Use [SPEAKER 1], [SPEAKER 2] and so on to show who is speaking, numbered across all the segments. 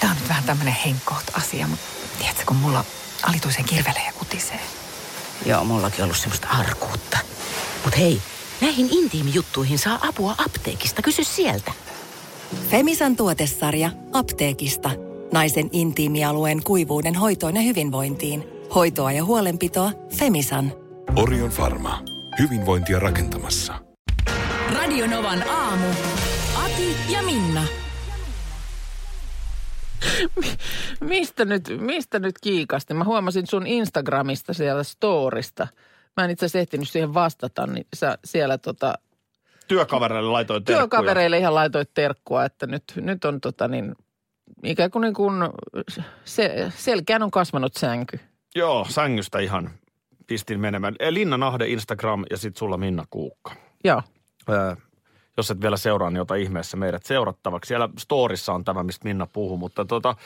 [SPEAKER 1] Tämä on nyt vähän tämmöinen henkkoht asia, mutta tiedätkö, kun mulla alituisen kirvelee ja kutisee.
[SPEAKER 2] Joo, mullakin ollut semmoista arkuutta. Mut hei, näihin intiimijuttuihin saa apua apteekista. Kysy sieltä.
[SPEAKER 3] Femisan tuotesarja apteekista. Naisen intiimialueen kuivuuden hoitoon ja hyvinvointiin. Hoitoa ja huolenpitoa Femisan.
[SPEAKER 4] Orion Pharma. Hyvinvointia rakentamassa.
[SPEAKER 5] Radionovan aamu. Ati ja Minna.
[SPEAKER 6] Mistä nyt, mistä nyt kiikasti? Mä huomasin sun Instagramista siellä storista. Mä en itse asiassa ehtinyt siihen vastata, niin sä siellä tota,
[SPEAKER 7] Työkavereille laitoin terkkuja.
[SPEAKER 6] työkavereille ihan laitoit terkkua, että nyt, nyt on tota niin, ikään kuin, niin kuin se, selkään on kasvanut sänky.
[SPEAKER 7] Joo, sängystä ihan pistin menemään. Eh, Linna Nahde Instagram ja sitten sulla Minna Kuukka.
[SPEAKER 6] Joo.
[SPEAKER 7] Öö, jos et vielä seuraa, niin ota ihmeessä meidät seurattavaksi. Siellä storissa on tämä, mistä Minna puhuu, mutta tota,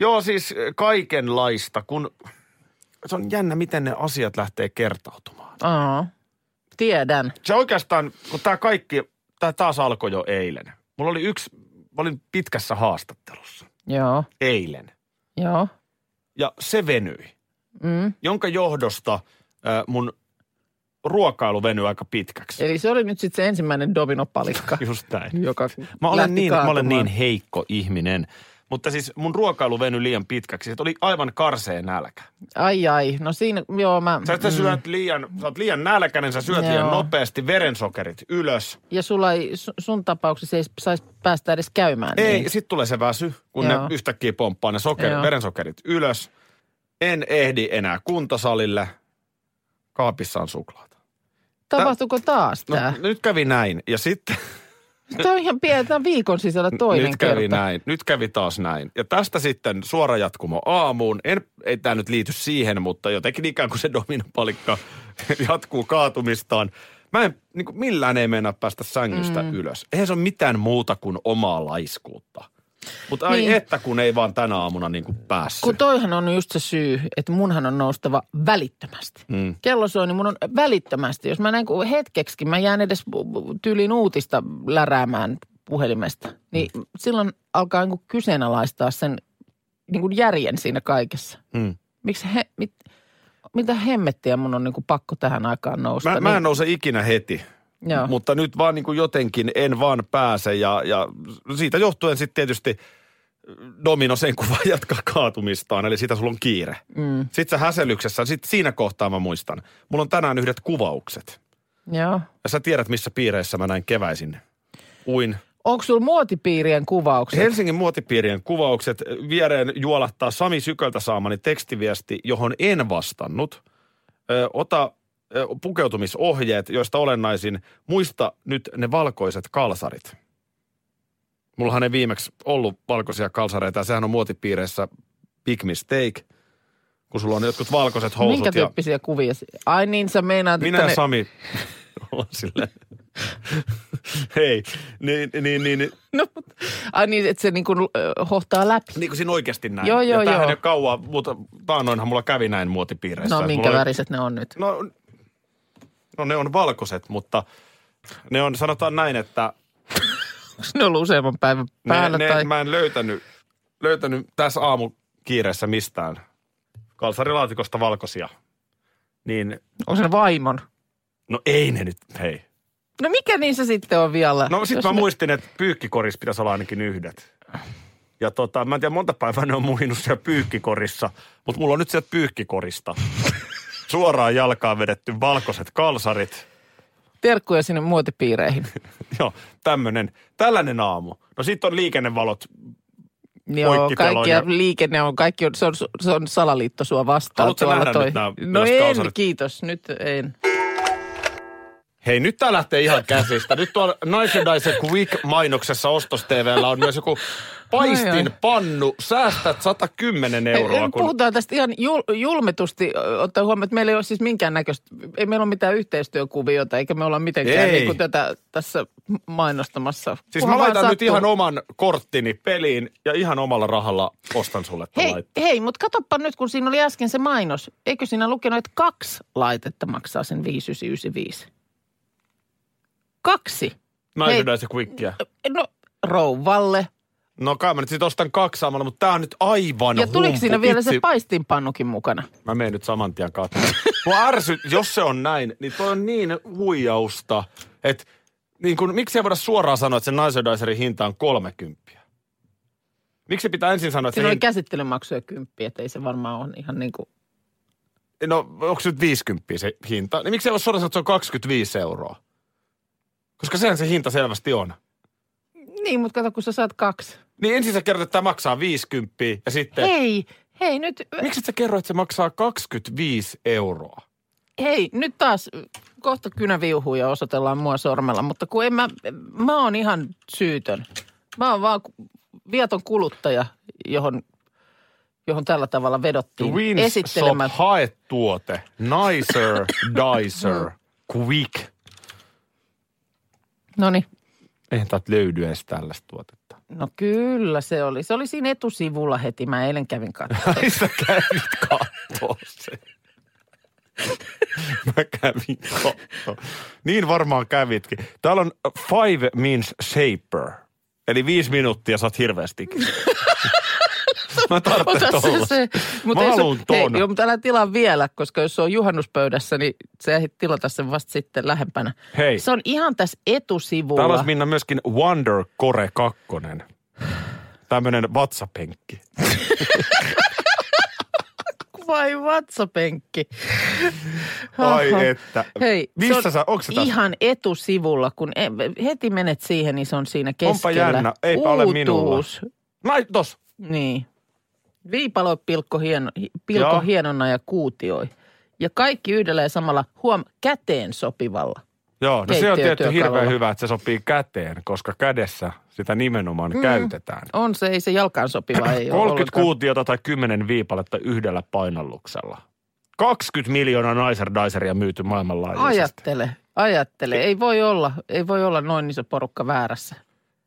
[SPEAKER 7] joo siis eh, kaikenlaista, kun se on jännä, miten ne asiat lähtee kertautumaan.
[SPEAKER 6] Aa, tiedän.
[SPEAKER 7] Se oikeastaan, kun tämä kaikki, tämä taas alkoi jo eilen. Mulla oli yksi, mä olin pitkässä haastattelussa
[SPEAKER 6] Joo,
[SPEAKER 7] eilen
[SPEAKER 6] joo.
[SPEAKER 7] ja se venyi.
[SPEAKER 6] Mm.
[SPEAKER 7] jonka johdosta äh, mun ruokailu venyi aika pitkäksi.
[SPEAKER 6] Eli se oli nyt sitten se ensimmäinen dominopalikka,
[SPEAKER 7] Just näin.
[SPEAKER 6] joka
[SPEAKER 7] Mä
[SPEAKER 6] lähti
[SPEAKER 7] olen, niin, mä olen
[SPEAKER 6] kaatumaan.
[SPEAKER 7] niin heikko ihminen, mutta siis mun ruokailu venyi liian pitkäksi. Se oli aivan karseen nälkä.
[SPEAKER 6] Ai ai, no siinä, joo mä...
[SPEAKER 7] Sä, mm. syöt liian, sä oot liian nälkäinen, sä syöt liian
[SPEAKER 6] Joo.
[SPEAKER 7] nopeasti, verensokerit ylös.
[SPEAKER 6] Ja sulla ei, su- sun tapauksessa ei saisi päästä edes käymään
[SPEAKER 7] Ei,
[SPEAKER 6] niin.
[SPEAKER 7] sit tulee se väsy, kun
[SPEAKER 6] Joo.
[SPEAKER 7] ne yhtäkkiä pomppaa ne sokeri,
[SPEAKER 6] Joo.
[SPEAKER 7] verensokerit ylös. En ehdi enää kuntosalille. Kaapissa on suklaata.
[SPEAKER 6] Tapahtuuko taas
[SPEAKER 7] No,
[SPEAKER 6] tämä?
[SPEAKER 7] nyt kävi näin. Ja sitten
[SPEAKER 6] Tämä on ihan pieni, tämä on viikon sisällä toinen
[SPEAKER 7] nyt kävi
[SPEAKER 6] kerta.
[SPEAKER 7] näin, nyt kävi taas näin. Ja tästä sitten suora jatkumo aamuun. En, ei tämä nyt liity siihen, mutta jotenkin ikään kuin se dominopalikka jatkuu kaatumistaan. Mä en, niin kuin millään ei mennä päästä sängystä mm. ylös. Eihän se ole mitään muuta kuin omaa laiskuutta. Mutta ai
[SPEAKER 6] Niin.
[SPEAKER 7] niin. että kun ei vaan tänä aamuna niin kuin päässyt.
[SPEAKER 6] Kun toihan on just se syy, että munhan on noustava välittömästi.
[SPEAKER 7] Mm.
[SPEAKER 6] Kello soi, niin mun on välittömästi. Jos mä näin kuin hetkeksikin, mä jään edes tyylin uutista läräämään puhelimesta, niin
[SPEAKER 7] Mm.
[SPEAKER 6] silloin alkaa niin kuin kyseenalaistaa sen niin kuin järjen siinä kaikessa.
[SPEAKER 7] Mm.
[SPEAKER 6] Miksi he, mit, mitä hemmettiä mun on niin kuin pakko tähän aikaan nousta?
[SPEAKER 7] Mä, mä en nouse ikinä heti.
[SPEAKER 6] niin, joo.
[SPEAKER 7] Mutta nyt vaan niin kuin jotenkin en vaan pääse ja, ja siitä johtuen sitten tietysti domino sen kuva jatkaa kaatumistaan, eli siitä sulla on kiire. Mm. Sitten sä häselyksessä, sit siinä kohtaa mä muistan. Mulla on tänään yhdet kuvaukset.
[SPEAKER 6] joo.
[SPEAKER 7] Ja sä tiedät, missä piireissä mä näin keväisin. Uin.
[SPEAKER 6] Onko sulla muotipiirien kuvaukset?
[SPEAKER 7] Helsingin muotipiirien kuvaukset viereen juolahtaa Sami Syköltä saamani tekstiviesti, johon en vastannut. Ö, ota ö, pukeutumisohjeet, joista olennaisin. Muista nyt ne valkoiset kalsarit. Mullahan ei viimeksi ollut valkoisia kalsareita, ja sehän on muotipiireissä big mistake, kun sulla on jotkut valkoiset housut.
[SPEAKER 6] Minkä
[SPEAKER 7] ja
[SPEAKER 6] tyyppisiä kuvia? si- Ai niin, sä meinaat,
[SPEAKER 7] minä
[SPEAKER 6] että
[SPEAKER 7] ja
[SPEAKER 6] ne...
[SPEAKER 7] Sami ollaan silleen. Hei, niin, niin, niin, niin,
[SPEAKER 6] No, mut- ai niin, että se niin kuin, ö, hohtaa läpi.
[SPEAKER 7] Niin kuin siinä oikeasti näin.
[SPEAKER 6] Joo, joo,
[SPEAKER 7] ja tämähän
[SPEAKER 6] joo.
[SPEAKER 7] ei ole kauan, mutta taannoinhan mulla kävi näin muotipiireissä.
[SPEAKER 6] No
[SPEAKER 7] Että
[SPEAKER 6] minkä
[SPEAKER 7] mulla oli-
[SPEAKER 6] väriset ne on nyt?
[SPEAKER 7] No, no ne on valkoiset, mutta ne on, sanotaan näin, että
[SPEAKER 6] Onko ne ollut useamman päivän
[SPEAKER 7] ne,
[SPEAKER 6] päällä?
[SPEAKER 7] ne,
[SPEAKER 6] tai...
[SPEAKER 7] mä en löytänyt, löytänyt tässä aamukiireessä mistään kalsarilaatikosta valkoisia. Niin,
[SPEAKER 6] Onko se vaimon?
[SPEAKER 7] no ei ne nyt, hei.
[SPEAKER 6] No mikä niissä sitten on vielä?
[SPEAKER 7] No sit
[SPEAKER 6] Jos
[SPEAKER 7] mä
[SPEAKER 6] ne-
[SPEAKER 7] muistin, että pyykkikorissa pitäisi olla ainakin yhdet. Ja tota, mä en tiedä monta päivää ne on muhinut siellä pyykkikorissa, mutta mulla on nyt sieltä pyykkikorista. Suoraan jalkaan vedetty valkoiset kalsarit.
[SPEAKER 6] Terkkuja sinne muotipiireihin.
[SPEAKER 7] Joo, tämmönen, tällainen aamu. No sit on liikennevalot.
[SPEAKER 6] Joo,
[SPEAKER 7] Poikkiteloin
[SPEAKER 6] kaikkia
[SPEAKER 7] ja-
[SPEAKER 6] liikenne on, kaikki on, se on, se on salaliitto sua vastaan.
[SPEAKER 7] Haluatko
[SPEAKER 6] tuolla
[SPEAKER 7] nähdä
[SPEAKER 6] toi.
[SPEAKER 7] nyt nää
[SPEAKER 6] No en,
[SPEAKER 7] yleiskalsarit?
[SPEAKER 6] kiitos, nyt en.
[SPEAKER 7] Hei, nyt tää lähtee ihan käsistä. Nyt tuolla Nice Dice Quick-mainoksessa Ostos TVllä on myös
[SPEAKER 6] No
[SPEAKER 7] joku
[SPEAKER 6] Ai, ai.
[SPEAKER 7] paistinpannu. Säästät 110 euroa,
[SPEAKER 6] Ei,
[SPEAKER 7] kun
[SPEAKER 6] Puhutaan tästä ihan jul, julmetusti, ö, ottaen huomioon, että meillä ei ole siis minkäännäköistä, ei meillä ole mitään yhteistyökuviota, eikä me olla mitenkään
[SPEAKER 7] Ei.
[SPEAKER 6] niin kuin tätä tässä mainostamassa.
[SPEAKER 7] Siis
[SPEAKER 6] Kunhan
[SPEAKER 7] mä
[SPEAKER 6] vaan
[SPEAKER 7] laitan nyt
[SPEAKER 6] sattuu.
[SPEAKER 7] ihan oman korttini peliin ja ihan omalla rahalla ostan sulle tämän
[SPEAKER 6] Hei,
[SPEAKER 7] laitteen.
[SPEAKER 6] hei mutta katoppa nyt, kun siinä oli äsken se mainos. Eikö siinä lukenut, että kaksi laitetta maksaa sen 5995? Kaksi.
[SPEAKER 7] Mä
[SPEAKER 6] hei.
[SPEAKER 7] yhdään se quickia.
[SPEAKER 6] No, rouvalle,
[SPEAKER 7] No kai mä nyt sit ostan kaksi samalla, mutta tää on nyt aivan
[SPEAKER 6] ja tuliko
[SPEAKER 7] No humpu
[SPEAKER 6] siinä vielä
[SPEAKER 7] itse.
[SPEAKER 6] se paistinpannukin mukana?
[SPEAKER 7] Mä menen nyt saman tien katsomaan. Mua ärsy, jos se on näin, niin toi on niin huijausta, että niin kun, miksi ei voida suoraan sanoa, että sen naisodaiserin hinta on 30? Miksi pitää ensin sanoa, että
[SPEAKER 6] Siinä
[SPEAKER 7] se
[SPEAKER 6] oli
[SPEAKER 7] hinta,
[SPEAKER 6] käsittelymaksuja kymppiä, että ei se varmaan ole ihan niin kuin...
[SPEAKER 7] no onko se nyt 50 se hinta? Niin miksi ei voi suoraan sanoa, että se on 25 euroa? Koska sehän se hinta selvästi on.
[SPEAKER 6] Niin, mutta kato, kun sä saat kaksi.
[SPEAKER 7] Niin ensin sä kerrot, että tämä maksaa 50 ja sitten...
[SPEAKER 6] Hei, hei nyt,
[SPEAKER 7] Miksi et sä kerro, että se maksaa 25 euroa?
[SPEAKER 6] hei nyt taas kohta kynä viuhuu ja osoitellaan mua sormella, mutta kun en mä, mä oon ihan syytön. Mä oon vaan ku- viaton kuluttaja, johon, johon tällä tavalla vedottiin
[SPEAKER 7] Twins Shop
[SPEAKER 6] esittelemään.
[SPEAKER 7] haetuote. Nicer, dicer, quick.
[SPEAKER 6] Noniin.
[SPEAKER 7] Eihän täältä löydy edes tällaista tuotetta.
[SPEAKER 6] niin. No kyllä se oli. Se oli siinä etusivulla heti. Mä eilen kävin katsomassa.
[SPEAKER 7] Ai sä kävit kattoo sen. Mä kävin kattoo. Niin varmaan kävitkin. Täällä on five means shaper. Eli viisi minuuttia saat hirveästi. Mä tarvitsen
[SPEAKER 6] Ota se, se. Mut
[SPEAKER 7] Mä
[SPEAKER 6] ei
[SPEAKER 7] haluun
[SPEAKER 6] sun,
[SPEAKER 7] ton.
[SPEAKER 6] Hei, joo, mutta älä tilaa vielä, koska jos se on juhannuspöydässä, niin sä ehdit tilata sen vasta sitten lähempänä.
[SPEAKER 7] Hei.
[SPEAKER 6] Se on ihan tässä etusivulla.
[SPEAKER 7] Täällä olisi Minna myöskin Wonder Core 2. Tämmöinen vatsapenkki.
[SPEAKER 6] Vai vatsapenkki.
[SPEAKER 7] Ai
[SPEAKER 6] Oho.
[SPEAKER 7] että.
[SPEAKER 6] Hei,
[SPEAKER 7] Missä
[SPEAKER 6] se on
[SPEAKER 7] sä- onks se tässä?
[SPEAKER 6] ihan etusivulla, kun e- heti menet siihen, niin se on siinä keskellä.
[SPEAKER 7] jännä. Eipä ole minulla.
[SPEAKER 6] Uutuus.
[SPEAKER 7] Näin tos.
[SPEAKER 6] Niin. Viipaloi pilkko, hieno, hi- pilkko
[SPEAKER 7] Joo.
[SPEAKER 6] hienona ja kuutioi. Ja kaikki yhdellä ja samalla, huom, käteen sopivalla.
[SPEAKER 7] Joo, no se on tietty
[SPEAKER 6] Keittiötyökalulla.
[SPEAKER 7] hirveän hyvä, että se sopii käteen, koska kädessä sitä nimenomaan käytetään.
[SPEAKER 6] On se, ei se jalkaan sopiva, ei ole
[SPEAKER 7] 30
[SPEAKER 6] ollenkaan.
[SPEAKER 7] kuutiota tai 10 viipaletta yhdellä painalluksella. 20 miljoonaa Nicer myyty maailmanlaajuisesti.
[SPEAKER 6] Ajattele, ajattele. Ei voi olla, ei voi olla noin iso porukka väärässä.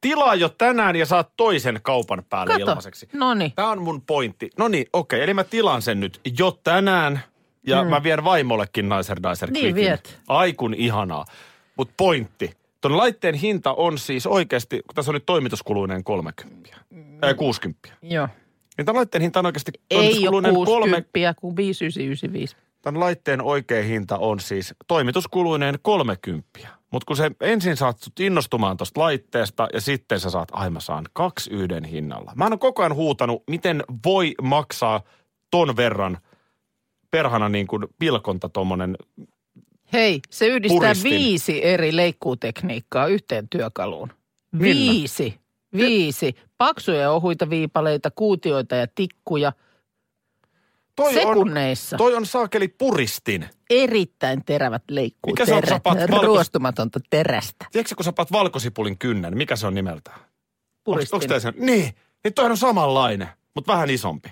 [SPEAKER 7] Tilaa jo tänään ja saat toisen kaupan päälle
[SPEAKER 6] Kato,
[SPEAKER 7] ilmaiseksi.
[SPEAKER 6] no niin.
[SPEAKER 7] Tämä on mun pointti. No niin, okei. Eli mä tilaan sen nyt jo tänään ja mä vien vaimollekin Nicer Dicer
[SPEAKER 6] Mm. Niin
[SPEAKER 7] Quickin.
[SPEAKER 6] viet.
[SPEAKER 7] Ai kun ihanaa. Mutta pointti. Ton laitteen hinta on siis oikeasti, kun tässä on nyt toimituskuluinen 30, ei 60.
[SPEAKER 6] Joo.
[SPEAKER 7] Niin tämän laitteen hinta on oikeasti
[SPEAKER 6] Ei ole
[SPEAKER 7] toimituskuluinen
[SPEAKER 6] 60,
[SPEAKER 7] kolme,
[SPEAKER 6] kun 5995.
[SPEAKER 7] Tämän laitteen oikea hinta on siis toimituskuluineen 30. Mutta kun se ensin saat sut innostumaan tuosta laitteesta ja sitten sä saat, ai mä saan kaksi yhden hinnalla. Mä oon koko ajan huutanut, miten voi maksaa ton verran perhana niin kuin pilkonta tommonen.
[SPEAKER 6] Hei, se yhdistää
[SPEAKER 7] Puristin.
[SPEAKER 6] viisi eri leikkuutekniikkaa yhteen työkaluun.
[SPEAKER 7] Minna.
[SPEAKER 6] Viisi. Viisi. Paksuja ja ohuita viipaleita, kuutioita ja tikkuja.
[SPEAKER 7] Toi
[SPEAKER 6] Sekunneissa.
[SPEAKER 7] On, toi on saakeli puristin.
[SPEAKER 6] Erittäin terävät
[SPEAKER 7] Mikä se on, kun sä
[SPEAKER 6] leikkuuterät.
[SPEAKER 7] paat valkos-
[SPEAKER 6] Ruostumatonta terästä.
[SPEAKER 7] Tiedätkö, kun sä paat valkosipulin kynnen, mikä se on nimeltään?
[SPEAKER 6] Puristin.
[SPEAKER 7] Onko tää sen? Niin, niin toihan on samanlainen, mutta vähän isompi.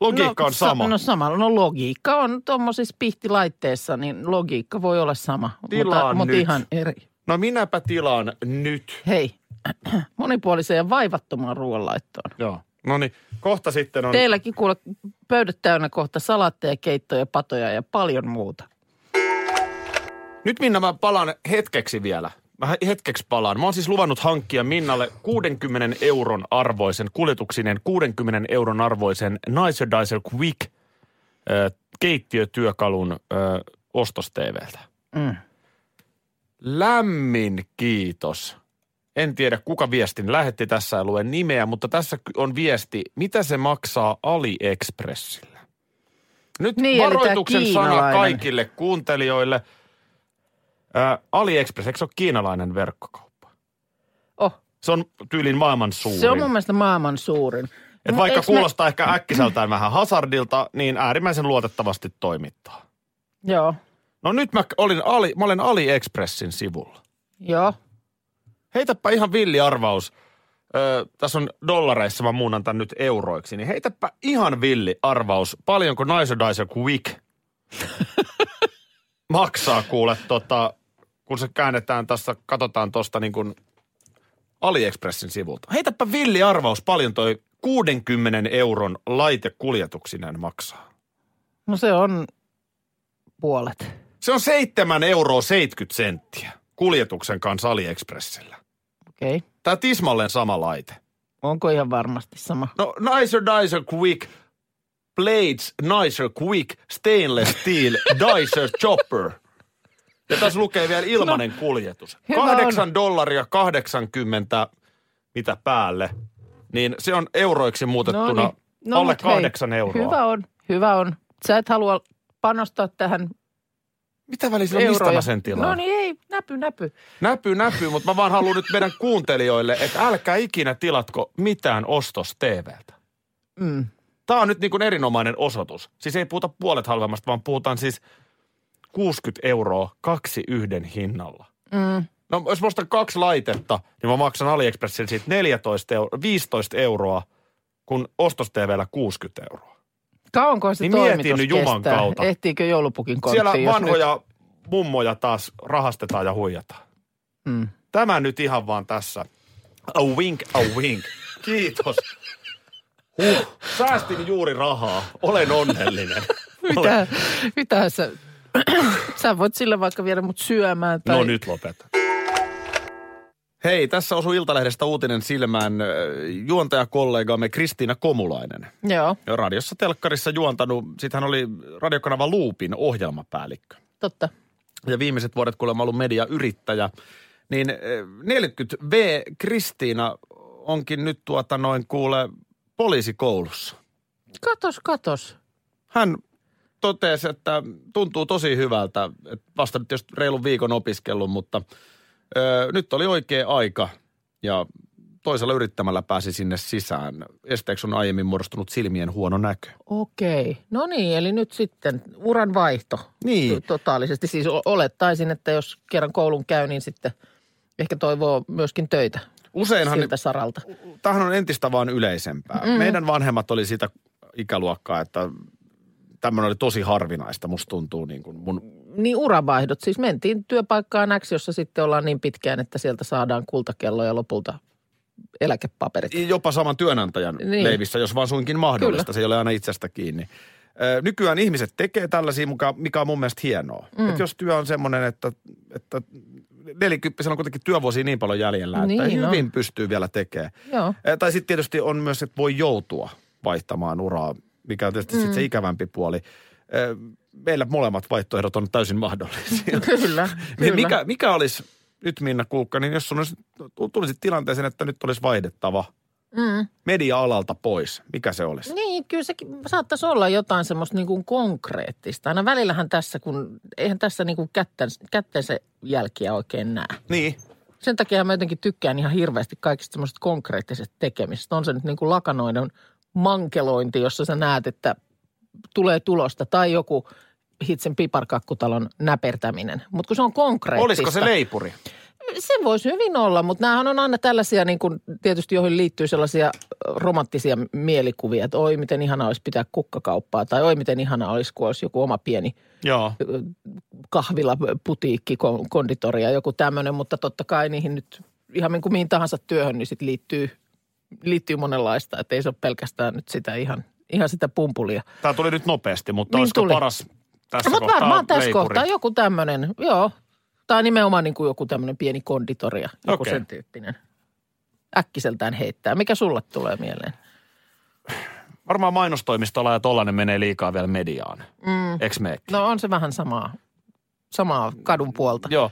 [SPEAKER 7] Logiikka
[SPEAKER 6] no,
[SPEAKER 7] on sama.
[SPEAKER 6] Sa- no sama. No logiikka on tuommoisissa pihtilaitteissa, niin logiikka voi olla sama.
[SPEAKER 7] Tilaa
[SPEAKER 6] mutta, mutta
[SPEAKER 7] nyt.
[SPEAKER 6] ihan eri.
[SPEAKER 7] no minäpä tilaan nyt.
[SPEAKER 6] Hei, monipuoliseen ja vaivattomaan ruoanlaittoon.
[SPEAKER 7] Joo. No niin, kohta sitten on...
[SPEAKER 6] Teilläkin kuule pöydät täynnä kohta salatteja, keittoja, patoja ja paljon muuta.
[SPEAKER 7] Nyt Minna, mä palaan hetkeksi vielä. Mä hetkeksi palaan. Mä oon siis luvannut hankkia Minnalle 60 euron arvoisen, kuljetuksinen 60 euron arvoisen Nicer Dicer Quick äh, keittiötyökalun äh, ostos TVltä.
[SPEAKER 6] Mm.
[SPEAKER 7] Lämmin kiitos. En tiedä, kuka viestin lähetti tässä ja luen nimeä, mutta tässä ky- on viesti, mitä se maksaa AliExpressillä. Nyt
[SPEAKER 6] Niin,
[SPEAKER 7] niin,
[SPEAKER 6] eli tää
[SPEAKER 7] varoituksen sana
[SPEAKER 6] kiinalainen.
[SPEAKER 7] kaikille kuuntelijoille. Ää, AliExpress, eikö se ole kiinalainen verkkokauppa?
[SPEAKER 6] Oh,
[SPEAKER 7] Se on tyylin maailman suurin.
[SPEAKER 6] se on mun mielestä maailman suurin.
[SPEAKER 7] Et
[SPEAKER 6] Mu-
[SPEAKER 7] vaikka
[SPEAKER 6] eiks me-
[SPEAKER 7] kuulostaa ehkä äkkiseltään vähän hazardilta, niin äärimmäisen luotettavasti toimittaa.
[SPEAKER 6] Joo,
[SPEAKER 7] No nyt mä, olin Ali, mä olen AliExpressin sivulla.
[SPEAKER 6] joo.
[SPEAKER 7] Heitäpä ihan villi arvaus. Öö, tässä on dollareissa, mä muunnan tämän nyt euroiksi. Niin heitäpä ihan villi arvaus, paljonko Naisodizer Quick maksaa kuule, tota, kun se käännetään tässä, katsotaan tuosta niin kuin AliExpressin sivulta. Heitäpä villi arvaus, paljon toi 60 euron laite kuljetuksineen maksaa.
[SPEAKER 6] No se on puolet.
[SPEAKER 7] Se on 7 euroa 70 senttiä kuljetuksen kanssa AliExpressillä.
[SPEAKER 6] Okei. Okay.
[SPEAKER 7] Tämä tismalleen sama laite.
[SPEAKER 6] Onko ihan varmasti sama?
[SPEAKER 7] No, nicer, dicer, quick. Blades, nicer, quick. Stainless steel, dicer, chopper. Ja tässä lukee vielä ilmanen no, kuljetus.
[SPEAKER 6] hyvä on.
[SPEAKER 7] 8 dollaria 80, mitä päälle. Niin se on euroiksi muutettuna no, niin. alle
[SPEAKER 6] mut hei,
[SPEAKER 7] 8 euroa.
[SPEAKER 6] Hyvä on, hyvä on. Sä et halua panostaa tähän
[SPEAKER 7] Mitä väliä sillä on, No, mistä
[SPEAKER 6] euroja.
[SPEAKER 7] mä sen tilaan?
[SPEAKER 6] No niin, ei, näpy, näpy.
[SPEAKER 7] Näpy, näpy, mutta mä vaan haluan nyt meidän kuuntelijoille, että älkää ikinä tilatko mitään ostos TVltä.
[SPEAKER 6] Mm.
[SPEAKER 7] Tämä on nyt niin kuin erinomainen osoitus. Siis ei puhuta puolet halvemmasta, vaan puhutaan siis 60 euroa kaksi yhden hinnalla.
[SPEAKER 6] Mm.
[SPEAKER 7] No jos mä ostan kaksi laitetta, niin mä maksan AliExpressille siitä 14 euro, 15 euroa, kun ostos TVllä 60 euroa.
[SPEAKER 6] Kauanko se
[SPEAKER 7] Niin
[SPEAKER 6] toimitus
[SPEAKER 7] mietin nyt Juman
[SPEAKER 6] kestää?
[SPEAKER 7] kautta.
[SPEAKER 6] Ehtiikö joulupukin konttiin?
[SPEAKER 7] Siellä
[SPEAKER 6] jos
[SPEAKER 7] vanhoja mummoja taas rahastetaan ja huijataan.
[SPEAKER 6] Nyt... Mm.
[SPEAKER 7] Tämä nyt ihan vaan tässä. A wink, a wink. Kiitos. Huh. Säästin juuri rahaa. Olen onnellinen.
[SPEAKER 6] Mitä, mitä sä... sä voit sillä vaikka viedä mut syömään tai...
[SPEAKER 7] No nyt lopeta. Hei, tässä osui Iltalehdestä uutinen silmään ö, juontajakollegamme Kristiina Komulainen.
[SPEAKER 6] Joo,
[SPEAKER 7] Radiossa telkkarissa juontanut, sit hän oli radiokanava Luupin ohjelmapäällikkö.
[SPEAKER 6] totta.
[SPEAKER 7] Ja viimeiset vuodet, kun olen ollut mediayrittäjä, niin ö, 40V Kristiina onkin nyt tuota noin kuule poliisikoulussa.
[SPEAKER 6] Katos, katos.
[SPEAKER 7] Hän totesi, että tuntuu tosi hyvältä. että Vasta nyt just reilun viikon opiskellut, mutta ö, nyt oli oikea aika ja toisella yrittämällä pääsi sinne sisään. Esteeksi on aiemmin muodostunut silmien huono näkö.
[SPEAKER 6] Okei. No niin, eli nyt sitten uran vaihto.
[SPEAKER 7] Niin.
[SPEAKER 6] T- Totaalisesti. Siis o- olettaisin, että jos kerran koulun käy, niin sitten ehkä toivoo myöskin töitä
[SPEAKER 7] Useinhan
[SPEAKER 6] siltä saralta.
[SPEAKER 7] tämähän on entistä vaan yleisempää. Mm. Meidän vanhemmat oli sitä ikäluokkaa, että tämmöinen oli tosi harvinaista. Musta tuntuu niin kuin mun...
[SPEAKER 6] Niin uravaihdot. Siis mentiin työpaikkaan X, jossa sitten ollaan niin pitkään, että sieltä saadaan kultakello ja lopulta eläkepaperit.
[SPEAKER 7] Jopa saman työnantajan niin.
[SPEAKER 6] Niin.
[SPEAKER 7] leivissä, jos vaan suinkin mahdollista. Kyllä. Se ei ole aina itsestä kiinni. Ö, Nykyään ihmiset tekee tällaisia, muka- mikä on mun mielestä hienoa. Mm. Et jos työ on semmoinen, että, että nelikymppisellä on kuitenkin työvuosia niin paljon jäljellä, niin
[SPEAKER 6] Niin on.
[SPEAKER 7] että hyvin pystyy vielä tekemään.
[SPEAKER 6] Joo.
[SPEAKER 7] Eh, Tai sitten tietysti on myös, että voi joutua vaihtamaan uraa, mikä on tietysti mm. sit se ikävämpi puoli. Eh, Meillä molemmat vaihtoehdot on täysin mahdollisia.
[SPEAKER 6] Kyllä,
[SPEAKER 7] Niin
[SPEAKER 6] kyllä.
[SPEAKER 7] mikä, mikä olisi nyt Minna Kuukka, niin jos sun olisi, tulisit tilanteeseen, että nyt olisi vaihdettava
[SPEAKER 6] Mm.
[SPEAKER 7] media-alalta pois, mikä se olisi?
[SPEAKER 6] Niin, kyllä sekin saattaisi olla jotain semmoista niin kuin konkreettista. Aina välillähän tässä, kun eihän tässä niin kuin kätten, kättensä jälkiä oikein näe.
[SPEAKER 7] Niin.
[SPEAKER 6] Sen takia mä jotenkin tykkään ihan hirveästi kaikista semmoisesta konkreettisesta tekemisestä. On se nyt niin kuin lakanoiden mankelointi, jossa sä näet, että tulee tulosta tai joku hitsen piparkakkutalon näpertäminen. Mutta kun se on konkreettista.
[SPEAKER 7] Olisiko se leipuri?
[SPEAKER 6] Se voisi hyvin olla, mutta näähän on aina tällaisia, niin kuin, tietysti joihin liittyy sellaisia romanttisia mielikuvia, että oi miten ihana olisi pitää kukkakauppaa tai oi miten ihana olisi, kun olisi joku oma pieni
[SPEAKER 7] Joo.
[SPEAKER 6] kahvila, putiikki, kon- konditori ja joku tämmöinen, mutta totta kai niihin nyt ihan niin kuin mihin tahansa työhön, niin sit liittyy, liittyy monenlaista, että ei se ole pelkästään nyt sitä ihan, ihan sitä pumpulia.
[SPEAKER 7] Tämä tuli nyt nopeasti, mutta
[SPEAKER 6] Niin
[SPEAKER 7] olisiko
[SPEAKER 6] tuli.
[SPEAKER 7] paras
[SPEAKER 6] Mutta
[SPEAKER 7] tässä
[SPEAKER 6] No,
[SPEAKER 7] kohtaa
[SPEAKER 6] varmaan tässä
[SPEAKER 7] leipuri?
[SPEAKER 6] kohtaa joku tämmöinen, joo. Tai nimenomaan niin kuin joku tämmöinen pieni konditoria, joku
[SPEAKER 7] Okei.
[SPEAKER 6] sen tyyppinen. Äkkiseltään heittää. Mikä sulle tulee mieleen?
[SPEAKER 7] Varmaan mainostoimistolla ja tollainen menee liikaa vielä mediaan. Mm. Eks me?
[SPEAKER 6] No on se vähän samaa, samaa kadun puolta.
[SPEAKER 7] Joo.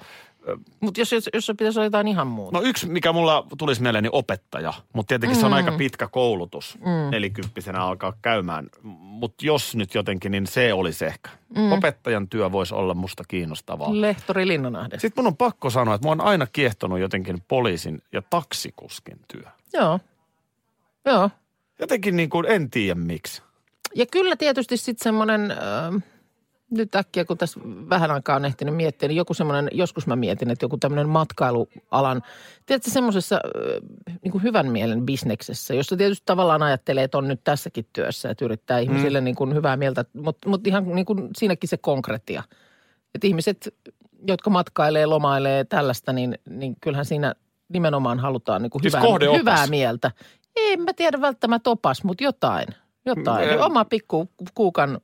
[SPEAKER 6] Mutta jos, jos, jos se pitäisi olla jotain ihan muuta.
[SPEAKER 7] No yksi, mikä mulla tulisi mieleen, niin opettaja. Mutta tietenkin mm. se on aika pitkä koulutus. Mm. Nelikymppisenä alkaa käymään. Mutta jos nyt jotenkin, niin se olisi ehkä. Mm. Opettajan työ voisi olla musta kiinnostavaa.
[SPEAKER 6] Lehtori Linnanahde.
[SPEAKER 7] Sitten mun on pakko sanoa, että mua on aina kiehtonut jotenkin poliisin ja taksikuskin työ.
[SPEAKER 6] Joo. Joo.
[SPEAKER 7] Jotenkin niin kuin en tiedä miksi.
[SPEAKER 6] Ja kyllä tietysti sitten semmoinen, äh, nyt äkkiä kun tässä vähän aikaa on ehtinyt miettiä, niin joku semmoinen, joskus mä mietin, että joku tämmöinen matkailualan, tiedätkö semmoisessa äh, niin kuin hyvän mielen bisneksessä, jossa tietysti tavallaan ajattelee, että on nyt tässäkin työssä, että yrittää
[SPEAKER 7] Mm.
[SPEAKER 6] ihmisille niin kuin hyvää mieltä, mutta mut ihan niin kuin siinäkin se konkretia. Että ihmiset, jotka matkailee, lomailee tällaista, niin, niin kyllähän siinä nimenomaan halutaan niin kuin
[SPEAKER 7] Siis
[SPEAKER 6] hyvää,
[SPEAKER 7] kohdeopas.
[SPEAKER 6] hyvää mieltä. En mä tiedä välttämättä opas, mutta jotain. Jotain.
[SPEAKER 7] Mm, eh.
[SPEAKER 6] Oma pikku kuukan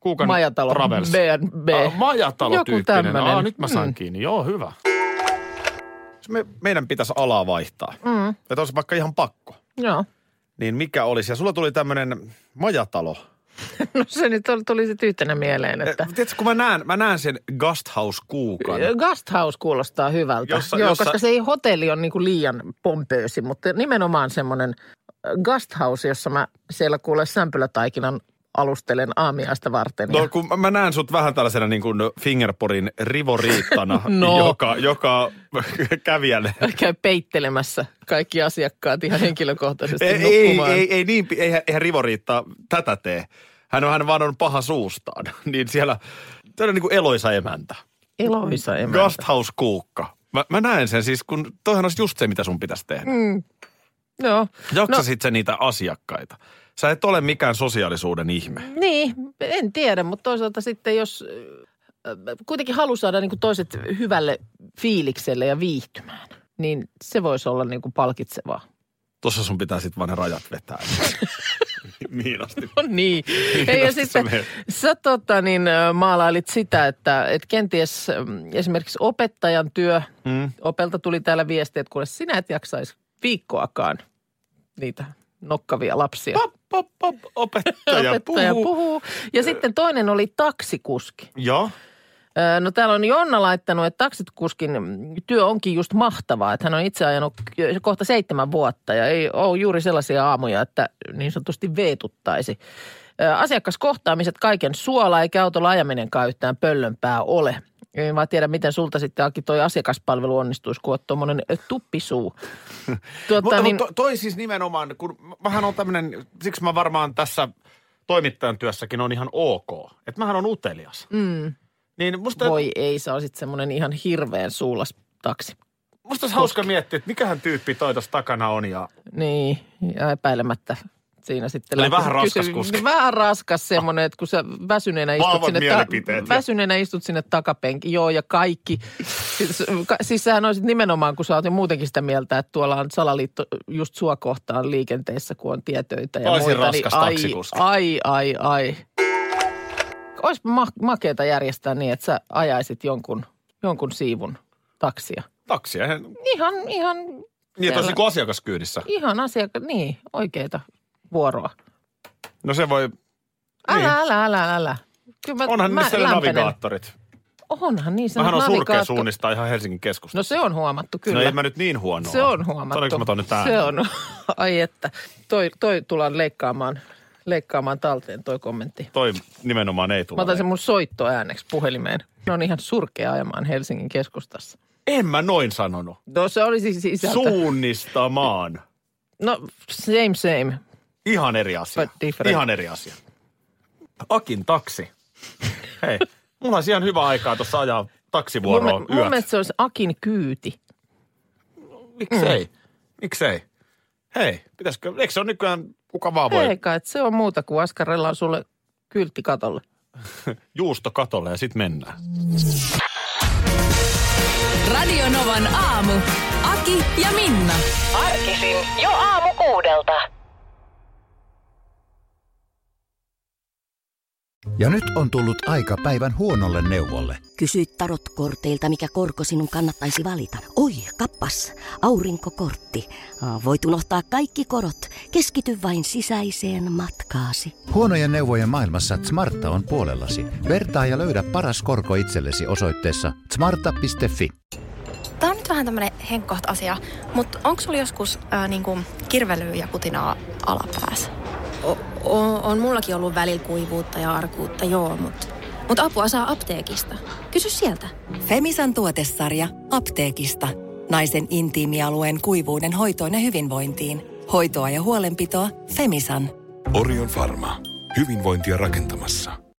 [SPEAKER 7] Kuukan
[SPEAKER 6] majatalo.
[SPEAKER 7] Travels.
[SPEAKER 6] B&B.
[SPEAKER 7] Ah, majatalotyyppinen.
[SPEAKER 6] Joku tämmönen.
[SPEAKER 7] Ah, nyt mä saan mm.
[SPEAKER 6] Mm.
[SPEAKER 7] kiinni. Joo, hyvä. Me, meidän pitäisi alaa vaihtaa. Mm. Että olisi vaikka ihan pakko.
[SPEAKER 6] Joo.
[SPEAKER 7] Niin mikä olisi? Ja sulla tuli tämmöinen majatalo.
[SPEAKER 6] No se nyt oli- tuli sitten yhtenä mieleen,
[SPEAKER 7] Eh,
[SPEAKER 6] että
[SPEAKER 7] Tiedätkö, kun mä näen, mä näen sen Gasthaus-kuukan.
[SPEAKER 6] guest house kuulostaa hyvältä.
[SPEAKER 7] Jossa-
[SPEAKER 6] Joo,
[SPEAKER 7] jossa-
[SPEAKER 6] koska se ei hotelli on niin kuin liian pompöösi, mutta nimenomaan semmoinen guest house, jossa mä siellä kuule sämpylätaikinan alustelen aamiaista varten.
[SPEAKER 7] No
[SPEAKER 6] ja-
[SPEAKER 7] kun mä- mä näen sut vähän tällaisena niin kuin Fingerporin rivoriittana,
[SPEAKER 6] No.
[SPEAKER 7] joka, joka kävijälle.
[SPEAKER 6] käy peittelemässä kaikki asiakkaat ihan henkilökohtaisesti
[SPEAKER 7] Ei, ei,
[SPEAKER 6] nukkumaan.
[SPEAKER 7] ei, ei niin, pi- eihän, eihän rivoriittaa tätä tee. Hän, on- hän vaan on paha suustaan. Niin siellä, se on niin kuin eloisa emäntä.
[SPEAKER 6] Eloisa emäntä.
[SPEAKER 7] Gasthaus-kuukka. Mä, mä näen sen siis, kun toihan olisi just se, mitä sun pitäisi tehdä. Mm.
[SPEAKER 6] Joo.
[SPEAKER 7] Jaksasit no. sä niitä asiakkaita? Sä et ole mikään sosiaalisuuden ihme.
[SPEAKER 6] Niin, en tiedä, mutta toisaalta sitten jos äh, kuitenkin halu saada niin kuin toiset hyvälle fiilikselle ja viihtymään, niin se voisi olla niin kuin palkitsevaa.
[SPEAKER 7] Tossa sun pitää sitten vaan ne rajat vetää. niin asti.
[SPEAKER 6] No niin. Ei, ja
[SPEAKER 7] Mistä sä
[SPEAKER 6] sitten
[SPEAKER 7] menet?
[SPEAKER 6] sä tota, niin, ö, maalailit sitä, että et kenties ö, esimerkiksi opettajan työ, mm. opelta tuli täällä viesti, että kuule sinä et jaksaisi viikkoakaan niitä nokkavia lapsia.
[SPEAKER 7] Pop, pop, pop, opettaja,
[SPEAKER 6] Opettaja
[SPEAKER 7] puhuu.
[SPEAKER 6] puhuu. Ja sitten toinen oli taksikuski.
[SPEAKER 7] Joo.
[SPEAKER 6] Öö, No täällä on Jonna laittanut, että taksikuskin työ onkin just mahtavaa, että hän on itse ajanut ky- kohta seitsemän vuotta ja ei ole juuri sellaisia aamuja, että niin sanotusti veetuttaisi. Öö, Asiakaskohtaamiset kaiken suola, eikä autolla ajaminenkaan yhtään pöllönpää ole. En vaan tiedä, miten sulta sitten Aki toi asiakaspalvelu onnistuisi, kun oot tuommoinen tuppisuu. Tuota,
[SPEAKER 7] Mutta
[SPEAKER 6] niin,
[SPEAKER 7] niin... to, toi siis nimenomaan, kun vähän on tämmöinen, siksi mä varmaan tässä toimittajan työssäkin on ihan ok. Että mähän on utelias. Mm. Niin musta,
[SPEAKER 6] voi ei, sä olisit semmoinen ihan hirveän suulas taksi.
[SPEAKER 7] musta olisi hauska miettiä, että mikähän tyyppi toi tuossa takana on ja
[SPEAKER 6] Niin, ja epäilemättä siinä sitten
[SPEAKER 7] Eli
[SPEAKER 6] lähtee-
[SPEAKER 7] vähän raskas
[SPEAKER 6] kysy-
[SPEAKER 7] kuski.
[SPEAKER 6] Vähän raskas semmoinen, että kun sä väsyneenä istut,
[SPEAKER 7] Vahvat
[SPEAKER 6] sinne,
[SPEAKER 7] mielipiteet, ja-
[SPEAKER 6] väsyneenä istut sinne takapenki, joo ja kaikki. Siis, ka, siis sähän olisit nimenomaan, kun sä oot jo muutenkin sitä mieltä, että tuolla on salaliitto just sua kohtaan liikenteessä, kun on tietöitä ja
[SPEAKER 7] Olisin
[SPEAKER 6] muita. niin
[SPEAKER 7] raskas taksikuski.
[SPEAKER 6] ai, ai, ai. Olisi ma- makeeta järjestää niin, että sä ajaisit jonkun, jonkun siivun taksia.
[SPEAKER 7] taksia. Eihän-
[SPEAKER 6] Ihan, ihan,
[SPEAKER 7] Niin, että
[SPEAKER 6] Selvä.
[SPEAKER 7] olisi kuin asiakaskyydissä.
[SPEAKER 6] ihan asiakas, niin, oikeita vuoroa.
[SPEAKER 7] No se voi,
[SPEAKER 6] Älä,
[SPEAKER 7] Niin.
[SPEAKER 6] niin. älä, älä, älä. Kyllä mä,
[SPEAKER 7] onhan
[SPEAKER 6] mä
[SPEAKER 7] niissä ne
[SPEAKER 6] lämpenen.
[SPEAKER 7] navigaattorit.
[SPEAKER 6] Onhan niissä
[SPEAKER 7] Mähän on surkea
[SPEAKER 6] navigaatto-
[SPEAKER 7] suunnistaa ihan Helsingin keskustassa.
[SPEAKER 6] No se on huomattu,
[SPEAKER 7] No
[SPEAKER 6] kyllä.
[SPEAKER 7] ei mä nyt niin huonoa.
[SPEAKER 6] Se on huomattu.
[SPEAKER 7] Sanoinko mä ton nyt
[SPEAKER 6] Se
[SPEAKER 7] ääneen?
[SPEAKER 6] on. Ai että. Toi, toi tullaan leikkaamaan, leikkaamaan talteen toi kommentti.
[SPEAKER 7] Toi nimenomaan ei tule.
[SPEAKER 6] Mä otan sen mun soittoääneksi puhelimeen. Ne on ihan surkea ajamaan Helsingin keskustassa.
[SPEAKER 7] En mä noin sanonut.
[SPEAKER 6] No se oli siis sisältö.
[SPEAKER 7] Suunnistamaan.
[SPEAKER 6] No same same.
[SPEAKER 7] Ihan eri asia.
[SPEAKER 6] But different.
[SPEAKER 7] Ihan eri asia. Akin taksi. Hei, mulla olisi ihan hyvä aikaa tuossa ajaa
[SPEAKER 6] Mun,
[SPEAKER 7] taksivuoroa
[SPEAKER 6] mun
[SPEAKER 7] mun, yöt.
[SPEAKER 6] mielestä se olisi Akin kyyti.
[SPEAKER 7] Miksei? Miksei? Hei, pitäisikö, eikö se ole nykyään kuka vaan voi
[SPEAKER 6] Ei kai, että se on muuta kuin askarella on sulle kyltti katolle.
[SPEAKER 7] juusto katolle ja sitten mennään.
[SPEAKER 5] Radio Novan aamu. Aki ja Minna.
[SPEAKER 8] Arkisin jo aamu kuudelta.
[SPEAKER 9] Ja nyt on tullut aika päivän huonolle neuvolle.
[SPEAKER 10] Kysy tarotkorteilta, mikä korko sinun kannattaisi valita. Oi, kappas, aurinkokortti. Aa, Voit unohtaa kaikki korot. Keskity vain sisäiseen matkaasi.
[SPEAKER 9] Huonojen neuvojen maailmassa Smarta on puolellasi. Vertaa ja löydä paras korko itsellesi osoitteessa smarta.fi.
[SPEAKER 11] Tämä on nyt vähän tämmöinen henkkoht asia, mutta onko sulla joskus ää, niinku, kirvelyä ja putinaa alapäässä?
[SPEAKER 8] O- on mullakin ollut välillä kuivuutta ja arkuutta, joo, mutta mut apua saa apteekista. Kysy sieltä.
[SPEAKER 3] Femisan tuotesarja apteekista. Naisen intiimialueen kuivuuden hoitoon ja hyvinvointiin. Hoitoa ja huolenpitoa Femisan.
[SPEAKER 4] Orion Pharma. Hyvinvointia rakentamassa.